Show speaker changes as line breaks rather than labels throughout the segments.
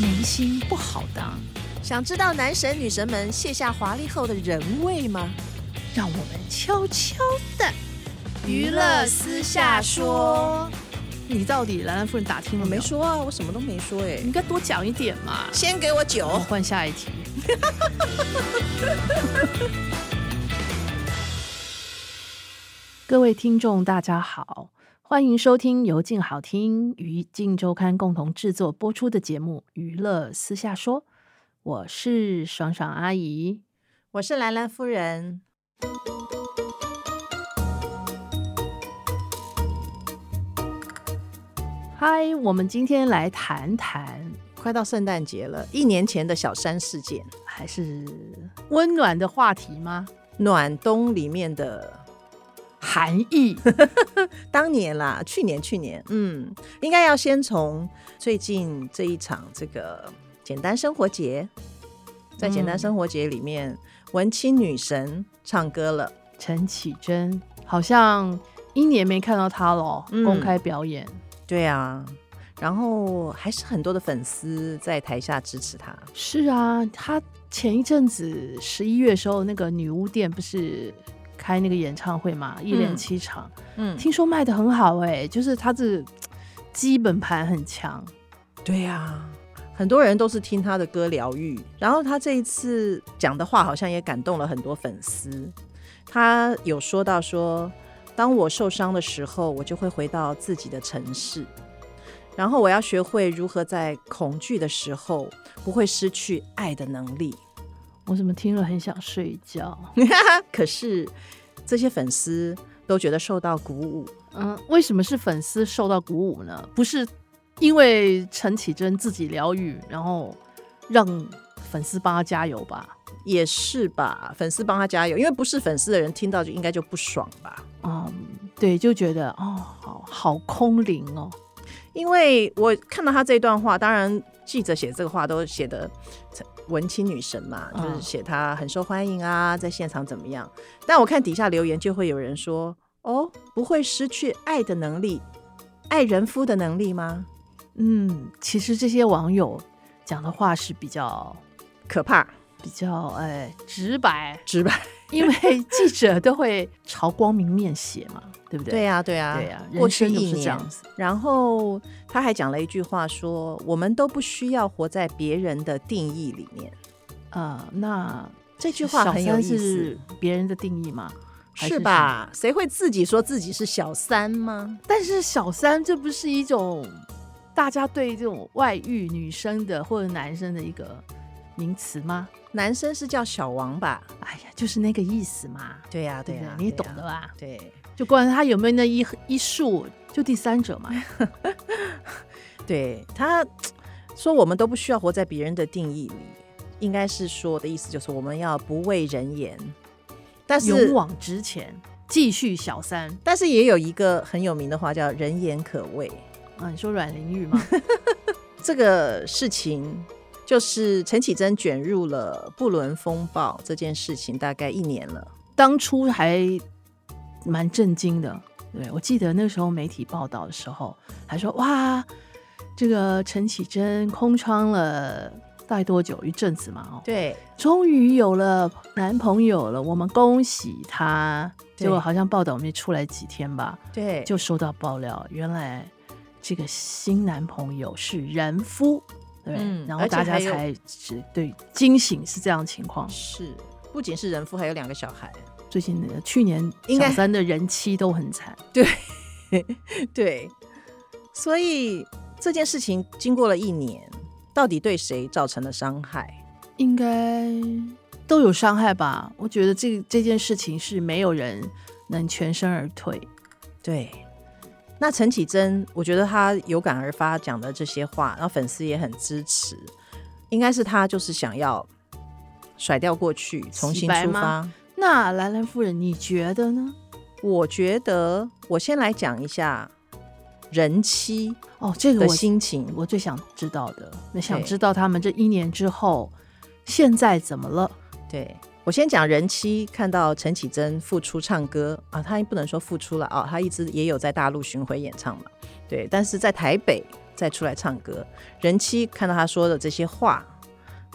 明星不好当，
想知道男神女神们卸下华丽后的人味吗？
让我们悄悄的
娱乐私下说，
你到底兰兰夫人打听了
我
没
没
有？
说啊，我什么都没说哎
你。应该多讲一点嘛。
先给我
哦
我
酒，
换下一 题。各位听众，大家好，欢迎收听由静好听与静周刊共同制作播出的节目《娱乐私下说》，我是爽爽阿姨。
我是兰兰夫人。
嗨，我们今天来谈谈，
快到圣诞节了，一年前的小三事件，
还是温暖的话题吗？
暖冬里面的
含义
当年啦，去年去年，嗯，应该要先从最近这一场这个简单生活节，在简单
嗯
生活节里面，文青女神唱歌了。
陈绮贞好像一年没看到她了，哦
嗯
公开表演。
对啊，然后还是很多的粉丝在台下支持他。
是啊，她前一阵子十一月的时候，那个女巫店不是开那个演唱会嘛，一连七场，
嗯，
听说卖的很好哎、就是她这基本盘很强。
对啊，很多人都是听他的歌疗愈，然后他这一次讲的话好像也感动了很多粉丝。他有说到说，当我受伤的时候，我就会回到自己的城市，然后我要学会如何在恐惧的时候不会失去爱的能力。
我怎么听了很想睡觉？
可是这些粉丝都觉得受到鼓舞，
嗯，为什么是粉丝受到鼓舞呢？不是因为陈绮贞自己疗愈，然后让粉丝帮她加油吧？
也是吧，粉丝帮他加油，因为不是粉丝的人听到就应该就不爽吧。
嗯，对，就觉得哦，好好空灵哦。
因为我看到他这段话，当然记者写这个话都写的文青女神嘛，
嗯
就是写她很受欢迎啊，在现场怎么样。但我看底下留言就会有人说：“哦，不会失去爱的能力，爱人夫的能力吗？
嗯，其实这些网友讲的话是比较
可怕，
比较哎直白，
直白。
因为记者都会朝光明面写嘛， 对 不”对？
对呀、对呀、
对呀、
过
人
去
生就
一
是这
年
样子。
然后他还讲了一句话说：“我们都不需要活在别人的定义里面。”
呃，那
这句话很有意
小三
思
是，别人的定义嘛？还
是
是
吧？谁会自己说自己是小三吗？
但是小三这不是一种大家对这种外遇女生的或者男生的一个名词吗？
男生是叫小王吧？
哎呀，就是那个意思嘛，
对呀、
对啊
呀、
不
对
你
呀
懂的。吧？
对
就关于他有没有那一一束，就第三 者嘛。
对，他说我们都不需要活在别人的定义里，应该是说的意思就是我们要不畏人言。但
勇
是，
往直前，继续小三。
但是也有一个很有名的话叫“人言可畏”。
啊，你说阮玲 玉吗？
这个事情就是陈绮贞卷入了不伦风暴这件事情，大概一年了。
当初还蛮震惊的，对我记得那时候媒体报道的时候，还说哇，这个陈绮贞空窗了大概多久一阵子嘛，哦，
对，
终于有了男朋友了，我们恭喜她。
对
结果好像报道没出来几天吧，
对，
就收到爆料，原来这个新男朋友是人夫，对，
嗯
然后
而且
大家
还有
才知对惊醒是这样的情况。
是，不仅是人夫，还有两个小孩。
最近的去年
应
小
该
三的人妻都很惨，
对，所以这件事情经过了一年，到底对谁造成了伤害？
应该都有伤害吧？我觉得这这件事情是没有人能全身而退。
对，那陈绮贞，我觉得她有感而发讲的这些话，然后粉丝也很支持，应该是她就是想要甩掉过去，重
洗
新
白
出
吗
发。
那兰兰夫人，你觉得呢？
我觉得我先来讲一下人妻
哦，这个
的
我
心情。
我最想知道的，那想
对
知道他们这一年之后现在怎么了？
对我先讲人妻，看到陈绮贞复出唱歌啊，她不能说复出了啊，她一直也有在大陆巡回演唱嘛，对，但是在台北再出来唱歌。人妻看到他说的这些话，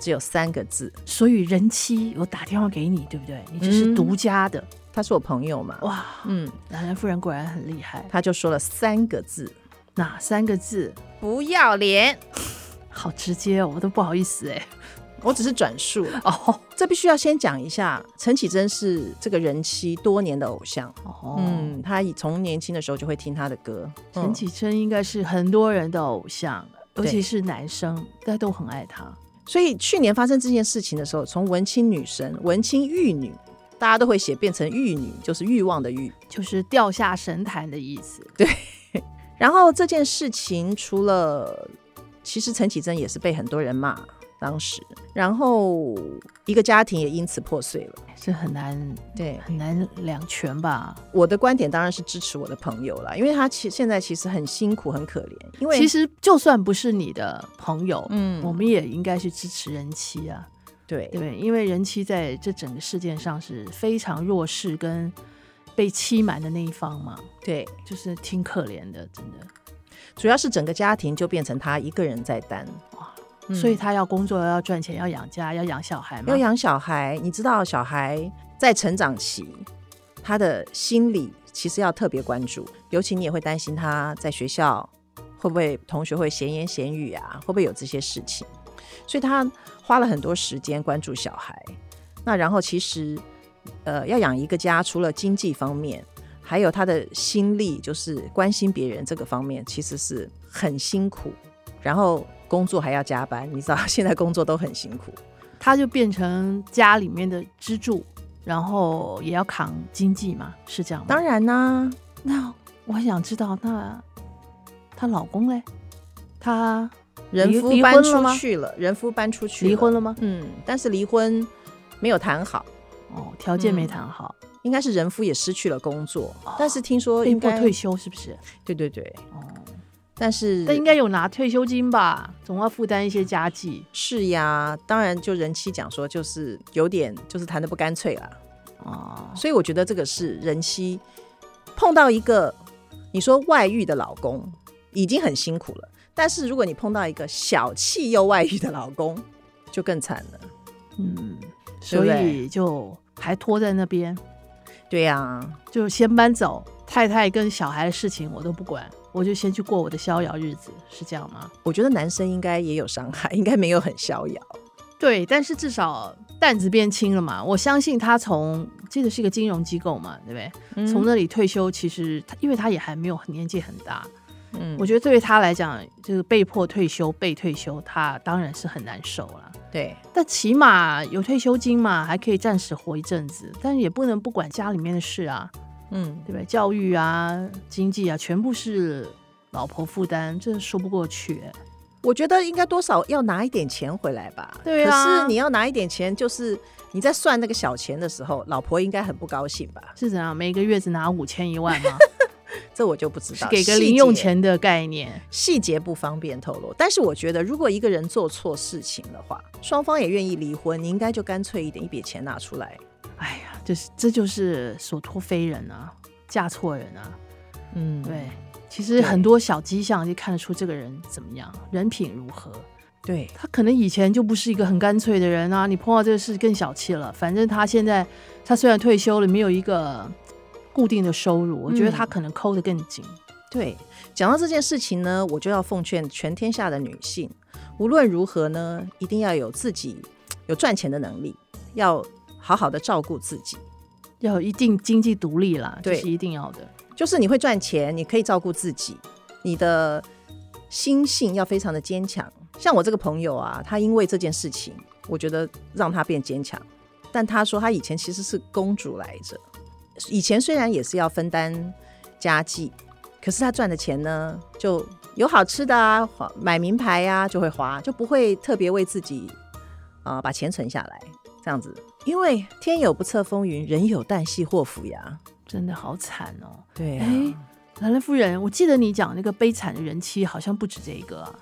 只有三个字，
所以人妻，我打电话给你，对不对？你这是
嗯
独家的，
他是我朋友嘛，
哇！
嗯，
南兰夫人果然很厉害，
他就说了三个字，
哪三个字？
不要脸，
好直接哦，我都不好意思哎、
我只是转述了。
哦
这必须要先讲一下，陈绮贞是这个人妻多年的偶像，
哦，
嗯，她以从年轻的时候就会听她的歌，
陈
嗯
绮贞应该是很多人的偶像，尤
对
其是男生，大家都很爱她。
所以去年发生这件事情的时候，从文青女神、文青玉女，大家都会写变成玉女，就是欲望的欲。
就是掉下神坛的意思，
然后这件事情除了，其实陈绮贞也是被很多人骂，当时，然后一个家庭也因此破碎了。
这很难
对，
很难两全吧？
我的观点当然是支持我的朋友啦，因为他其现在其实很辛苦、很可怜，因为
其实就算不是你的朋友，
嗯
我们也应该去支持人妻啊，
对
对不对？因为人妻在这整个事件上是非常弱势跟被欺瞒的那一方嘛，
对，
就是挺可怜的，真的。
主要是整个家庭就变成他一个人在担，嗯
所以他要工作，要赚钱，要养家，要养小孩嘛，
要养小孩，你知道小孩在成长期，他的心理其实要特别关注，尤其你也会担心他在学校会不会同学会闲言闲语啊，会不会有这些事情，所以他花了很多时间关注小孩。那然后其实，呃，要养一个家，除了经济方面，还有他的心力，就是关心别人这个方面，其实是很辛苦。然后工作还要加班，你知道现在工作都很辛苦。
他就变成家里面的支柱，然后也要扛经济嘛，是这样吗？
当然啦、
那我很想知道，那她老公嘞？她
人
离
夫
离
搬
婚了
出
吗
去了，人夫搬出去
离婚了吗？
嗯，但是离婚没有谈好，
哦，条件没
嗯
谈好，
应该是人夫也失去了工作，但是听说
哦被
应
迫
该
退休是不是？
对对对，
哦，
但是
但应该有拿退休金吧，总要负担一些家计。
是呀，当然就人妻讲说就是有点就是谈的不干脆啦，
哦，
所以我觉得这个是人妻碰到一个你说外遇的老公已经很辛苦了，但是如果你碰到一个小气又外遇的老公，就更惨了。
嗯，
对不
所
对
以就还拖在那边，
对呀、
就先搬走。太太跟小孩的事情我都不管，我就先去过我的逍遥日子，是这样吗？
我觉得男生应该也有伤害，应该没有很逍遥。
对，但是至少担子变轻了嘛。我相信他从记得是一个金融机构嘛，对不对？从那里退休，其实他因为他也还没有年纪很大，
嗯，
我觉得对于他来讲，就是被迫退休、被退休，他当然是很难受了。
对
但起码有退休金嘛，还可以暂时活一阵子，但也不能不管家里面的事啊，
嗯
对不对？教育啊、经济啊，全部是老婆负担，这说不过去、欸。，
我觉得应该多少要拿一点钱回来吧。
对啊
可是你要拿一点钱，就是你在算那个小钱的时候，老婆应该很不高兴吧？
是怎样？每个月只拿五千一 万吗？
这我就不知
是
道，
给个
细节
零用，钱的概念。
细节不方便透露。但是我觉得，如果一个人做错事情的话，双方也愿意离婚，你应该就干脆一点，一笔钱拿出来。
哎呀，就是这就是所托非人啊，嫁错人啊。
嗯，
对，其实很多小迹象就看得出这个人怎么样，人品如何。
对，
他可能以前就不是一个很干脆的人啊，你碰到这个事更小气了。反正他现在，他虽然退休了，没有一个固定的收入，我觉得他可能抠得更紧。
嗯对，讲到这件事情呢，我就要奉劝全天下的女性，无论如何呢，一定要有自己有赚钱的能力，要好好的照顾自己。
要有一定经济独立啦，这
对
是一定要的。
就是你会赚钱，你可以照顾自己，你的心性要非常的坚强。像我这个朋友啊，他因为这件事情，我觉得让他变坚强。但他说他以前其实是公主来着，以前虽然也是要分担家计，可是他赚的钱呢，就有好吃的啊，花买名牌啊，就会花，就不会特别为自己啊、呃把钱存下来这样子。因为天有不测风云，人有旦夕祸福呀。
真的好惨哦！
对啊
哎、兰兰夫人，我记得你讲那个悲惨的人妻好像不止这一个啊，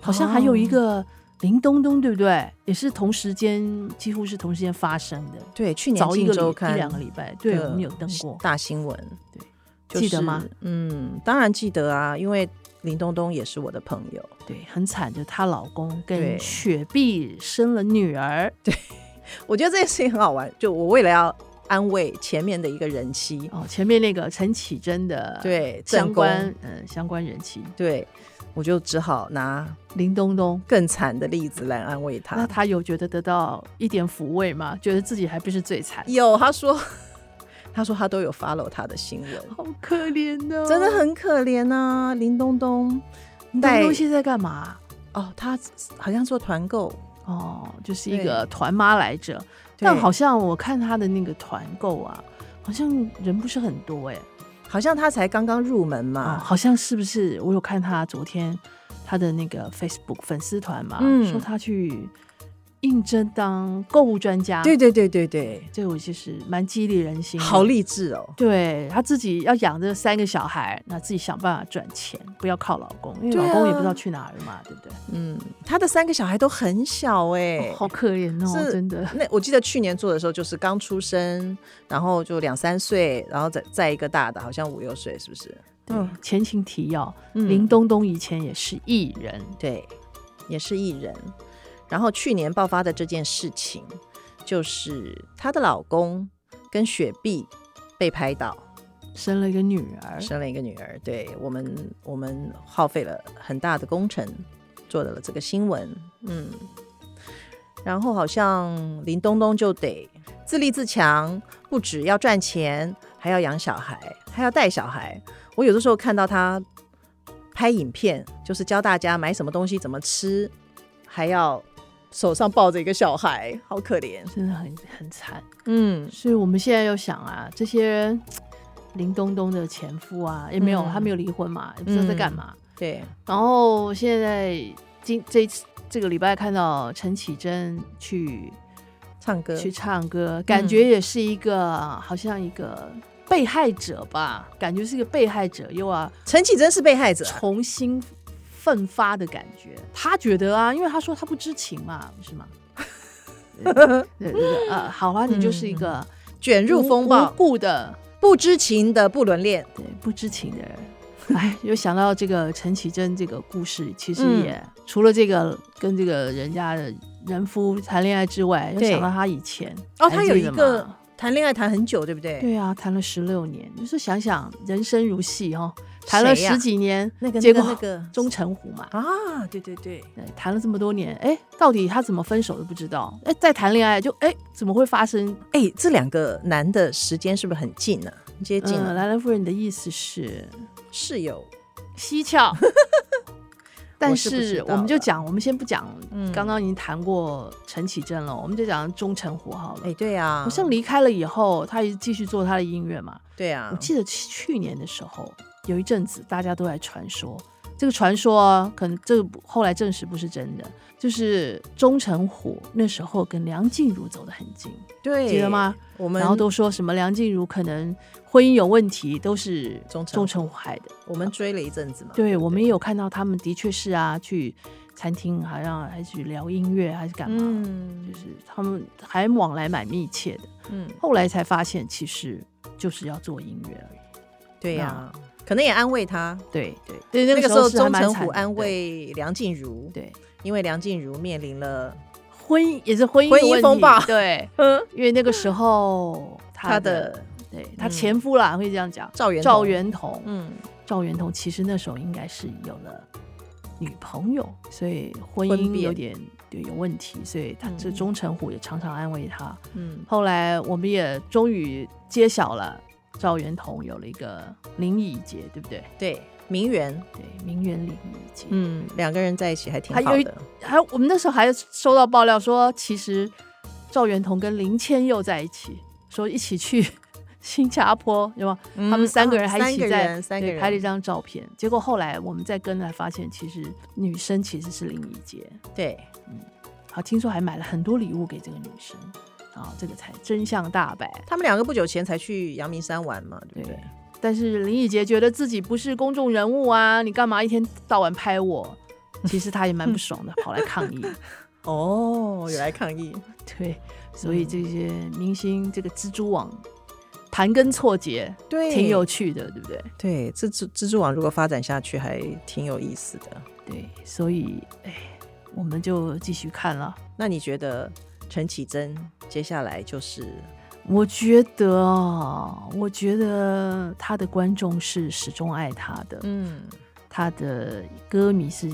好像还有一
哦
个林东东，对不对？也是同时间，几乎是同时间发生的。
对，去年《
早一
镜
个
周
礼
刊》
一两个礼拜，对
的
我们有登过。
大新闻，
对
就
记得吗
是？嗯，当然记得啊，因为林东东也是我的朋友，
对，很惨，就她老公跟
对
雪碧生了女儿，
我觉得这件事情很好玩。就我为了要安慰前面的一个人妻，
哦，前面那个陈绮贞的
对
呃相
正
关嗯相关人妻
对我就只好拿
林东东，
更惨的例子来安慰
那
他。
她有觉得得到一点抚慰吗？觉得自己还不是最惨，
有，他说， 他说他都有 follow 他的新闻，
好可怜哦，
真的很可怜啊，林东东
林
带
东东现在干嘛？
哦，他好像做团购，
哦，就是一
对
个团妈来着，但
对
好像我看她的那个团购啊，好像人不是很多哎、
好像他才刚刚入门
啊，
嘛，
好像是不是？我有看他昨天他的那个 Facebook 粉丝团嘛，
嗯
说他去应征当购物专家，
对，对对对对，
这我就是蛮激励人心，
好。励志哦。
对他自己要养这三个小孩，那自己想办法赚钱，不要靠老公，因为
对啊
老公也不知道去哪儿了嘛，对不对？
嗯，他的三个小孩都很小哎、
哦好可怜哦，
是
真的。
那我记得去年做的时候，就是刚出生，然后就两三岁，然后再再一个大的，好像五六岁，是不是？
嗯对，前情提要，
嗯
林东东以前也是艺人，
对，也是艺人。然后去年爆发的这件事情，就是她的老公跟雪碧被拍到
生了一个女儿，
生了一个女儿，对我们我们耗费了很大的工程做了这个新闻，嗯。然后好像林东东就得自立自强，不只要赚钱，还要养小孩，还要带小孩。我有的时候看到他拍影片，就是教大家买什么东西怎么吃，还要手上抱着一个小孩，好可怜。
真的很很惨。
嗯，
所以我们现在又想啊，这些人林东东的前夫啊，也没有、
嗯
他没有离婚嘛，也不知道在干嘛。
对，
然后现在今这一次这个礼拜看到陈绮贞去
唱歌
去唱
嗯
歌，感觉也是一个、好像一个被害者吧，感觉是一个被害者，又啊
陈绮贞是被害者啊，
重新奋发的感觉。他觉得啊，因为他说他不知情嘛，是 吗？对对对，呃，好啊，你就是一个
卷嗯入
无
风暴
无，故的
不知情的不伦恋。
对不知情的人。 哎，又想到这个陈绮贞这个故事，其实
嗯
也、除了这个跟这个人家的人夫谈恋爱之外，又
对
想到她以前
哦，
还
他有
记
一
得
个
吗
谈恋爱谈很久，对不对？
对啊，谈了十六年，就是想想人生如戏哦，谈了
谁呀
十几年，
那个
结
那个
果
那个
钟成虎嘛，
啊，对对对，
对，谈了这么多年，哎，到底他怎么分手都不知道，哎，再谈恋爱就哎怎么会发生？
哎、这两个男的时间是不是很近呢、啊？很接近
嗯，
了、
兰兰夫人你的意思是
是有
蹊跷。 但
我是不知
是
道
我们就
了
讲，我们先不讲，
嗯
刚刚已经谈过陈绮贞了，我们就讲钟成虎好了
哎、。对啊，
好像离开了以后，他也继续做他的音乐嘛。
对啊
我，记得去去年的时候，有一阵子大家都在传说，这个传说啊可能这个不后来证实不是真的，就是钟成虎那时候跟梁静茹走得很近，
对，
记得吗？
我们
然后都说什么梁静茹可能婚姻有问题，都是
钟成
钟成虎害的。
我们追了一阵子嘛，
对，
不
我们也有看到他们的确是啊，去餐厅好像还去聊音乐还是干嘛，
嗯
就是他们还往来蛮密切的。
嗯，
后来才发现，其实就是要做音乐而已。
对呀、可能也安慰他。
对对对，
那个时候，
是还
钟
蛮
成
惨
虎
的对
安慰梁静茹，
对
因为梁静茹面临了，
婚姻也是婚姻
婚
的
姻
问
风
题
暴
对，
嗯，
因为那个时候他
他
的
的
对他
嗯
前夫啦，会这样讲，
赵元
赵
同，
元同，
嗯，
赵元同其实那时候应该是有了女朋友，所以婚
婚
姻
变
有点对有问题，所以他这
嗯
钟成虎也常常安慰他。
嗯，
后来我们也终于揭晓了赵元同有了一个林以杰，对不对？
对，名媛，
对，名媛林以杰。
嗯，两个人在一起还挺
还
好
有一
的，
还有我们那时候还收到爆料说，其实赵元同跟林千佑在一起，说一起去新加坡，有吗？
嗯
他们三个
啊
人还一起
三个
在、
人三个
对
人
拍了一张照片。结果后来我们再跟来发现，其实女生其实是林以杰，
对，
好，听说还买了很多礼物给这个女生，啊，这个才真相大白。
他们两个不久前才去阳明山玩嘛，对不对？
对但是林以杰觉得自己不是公众人物啊，你干嘛一天到晚拍 我？其实他也蛮不爽的，跑来抗 议。
哦，有来抗议，
嗯对，所以这些明星这个蜘蛛网盘根错节，
对
挺有趣的，对不对？
对，这蜘蜘蛛网如果发展下去，还挺有意思的。
对，所以哎，我们就继续看了。
那你觉得陈绮贞接下来就是
我觉得哦，我觉得他的观众是始终爱他的，
嗯，
他的歌迷是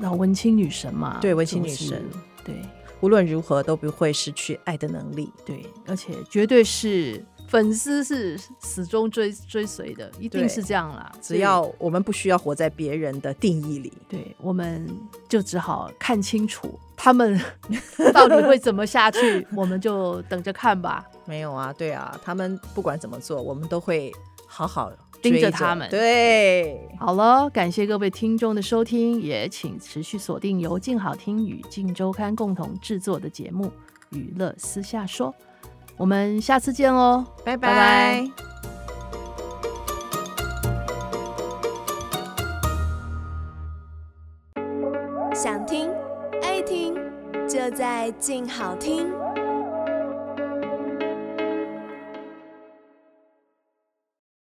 老文青女神嘛？
对文青
就
女
是
神，
对
无论如何都不会失去爱的能力？
对，而且绝对是粉丝是始终追追随的，一定
对
是这样啦。所
只
以
要我们不需要活在别人的定义里，
对，我们就只好看清楚他 们到底会怎么下去，我们就等着看吧。
没有啊，对啊，他们不管怎么做，我们都会好好
盯着
追着
他们
对，
好了，感谢各位听众的收听，也请持续锁定由静好听与静周刊共同制作的节目《娱乐私下说》，我们下次见哦喽。
拜
拜拜
拜
想听爱听，就在静好听。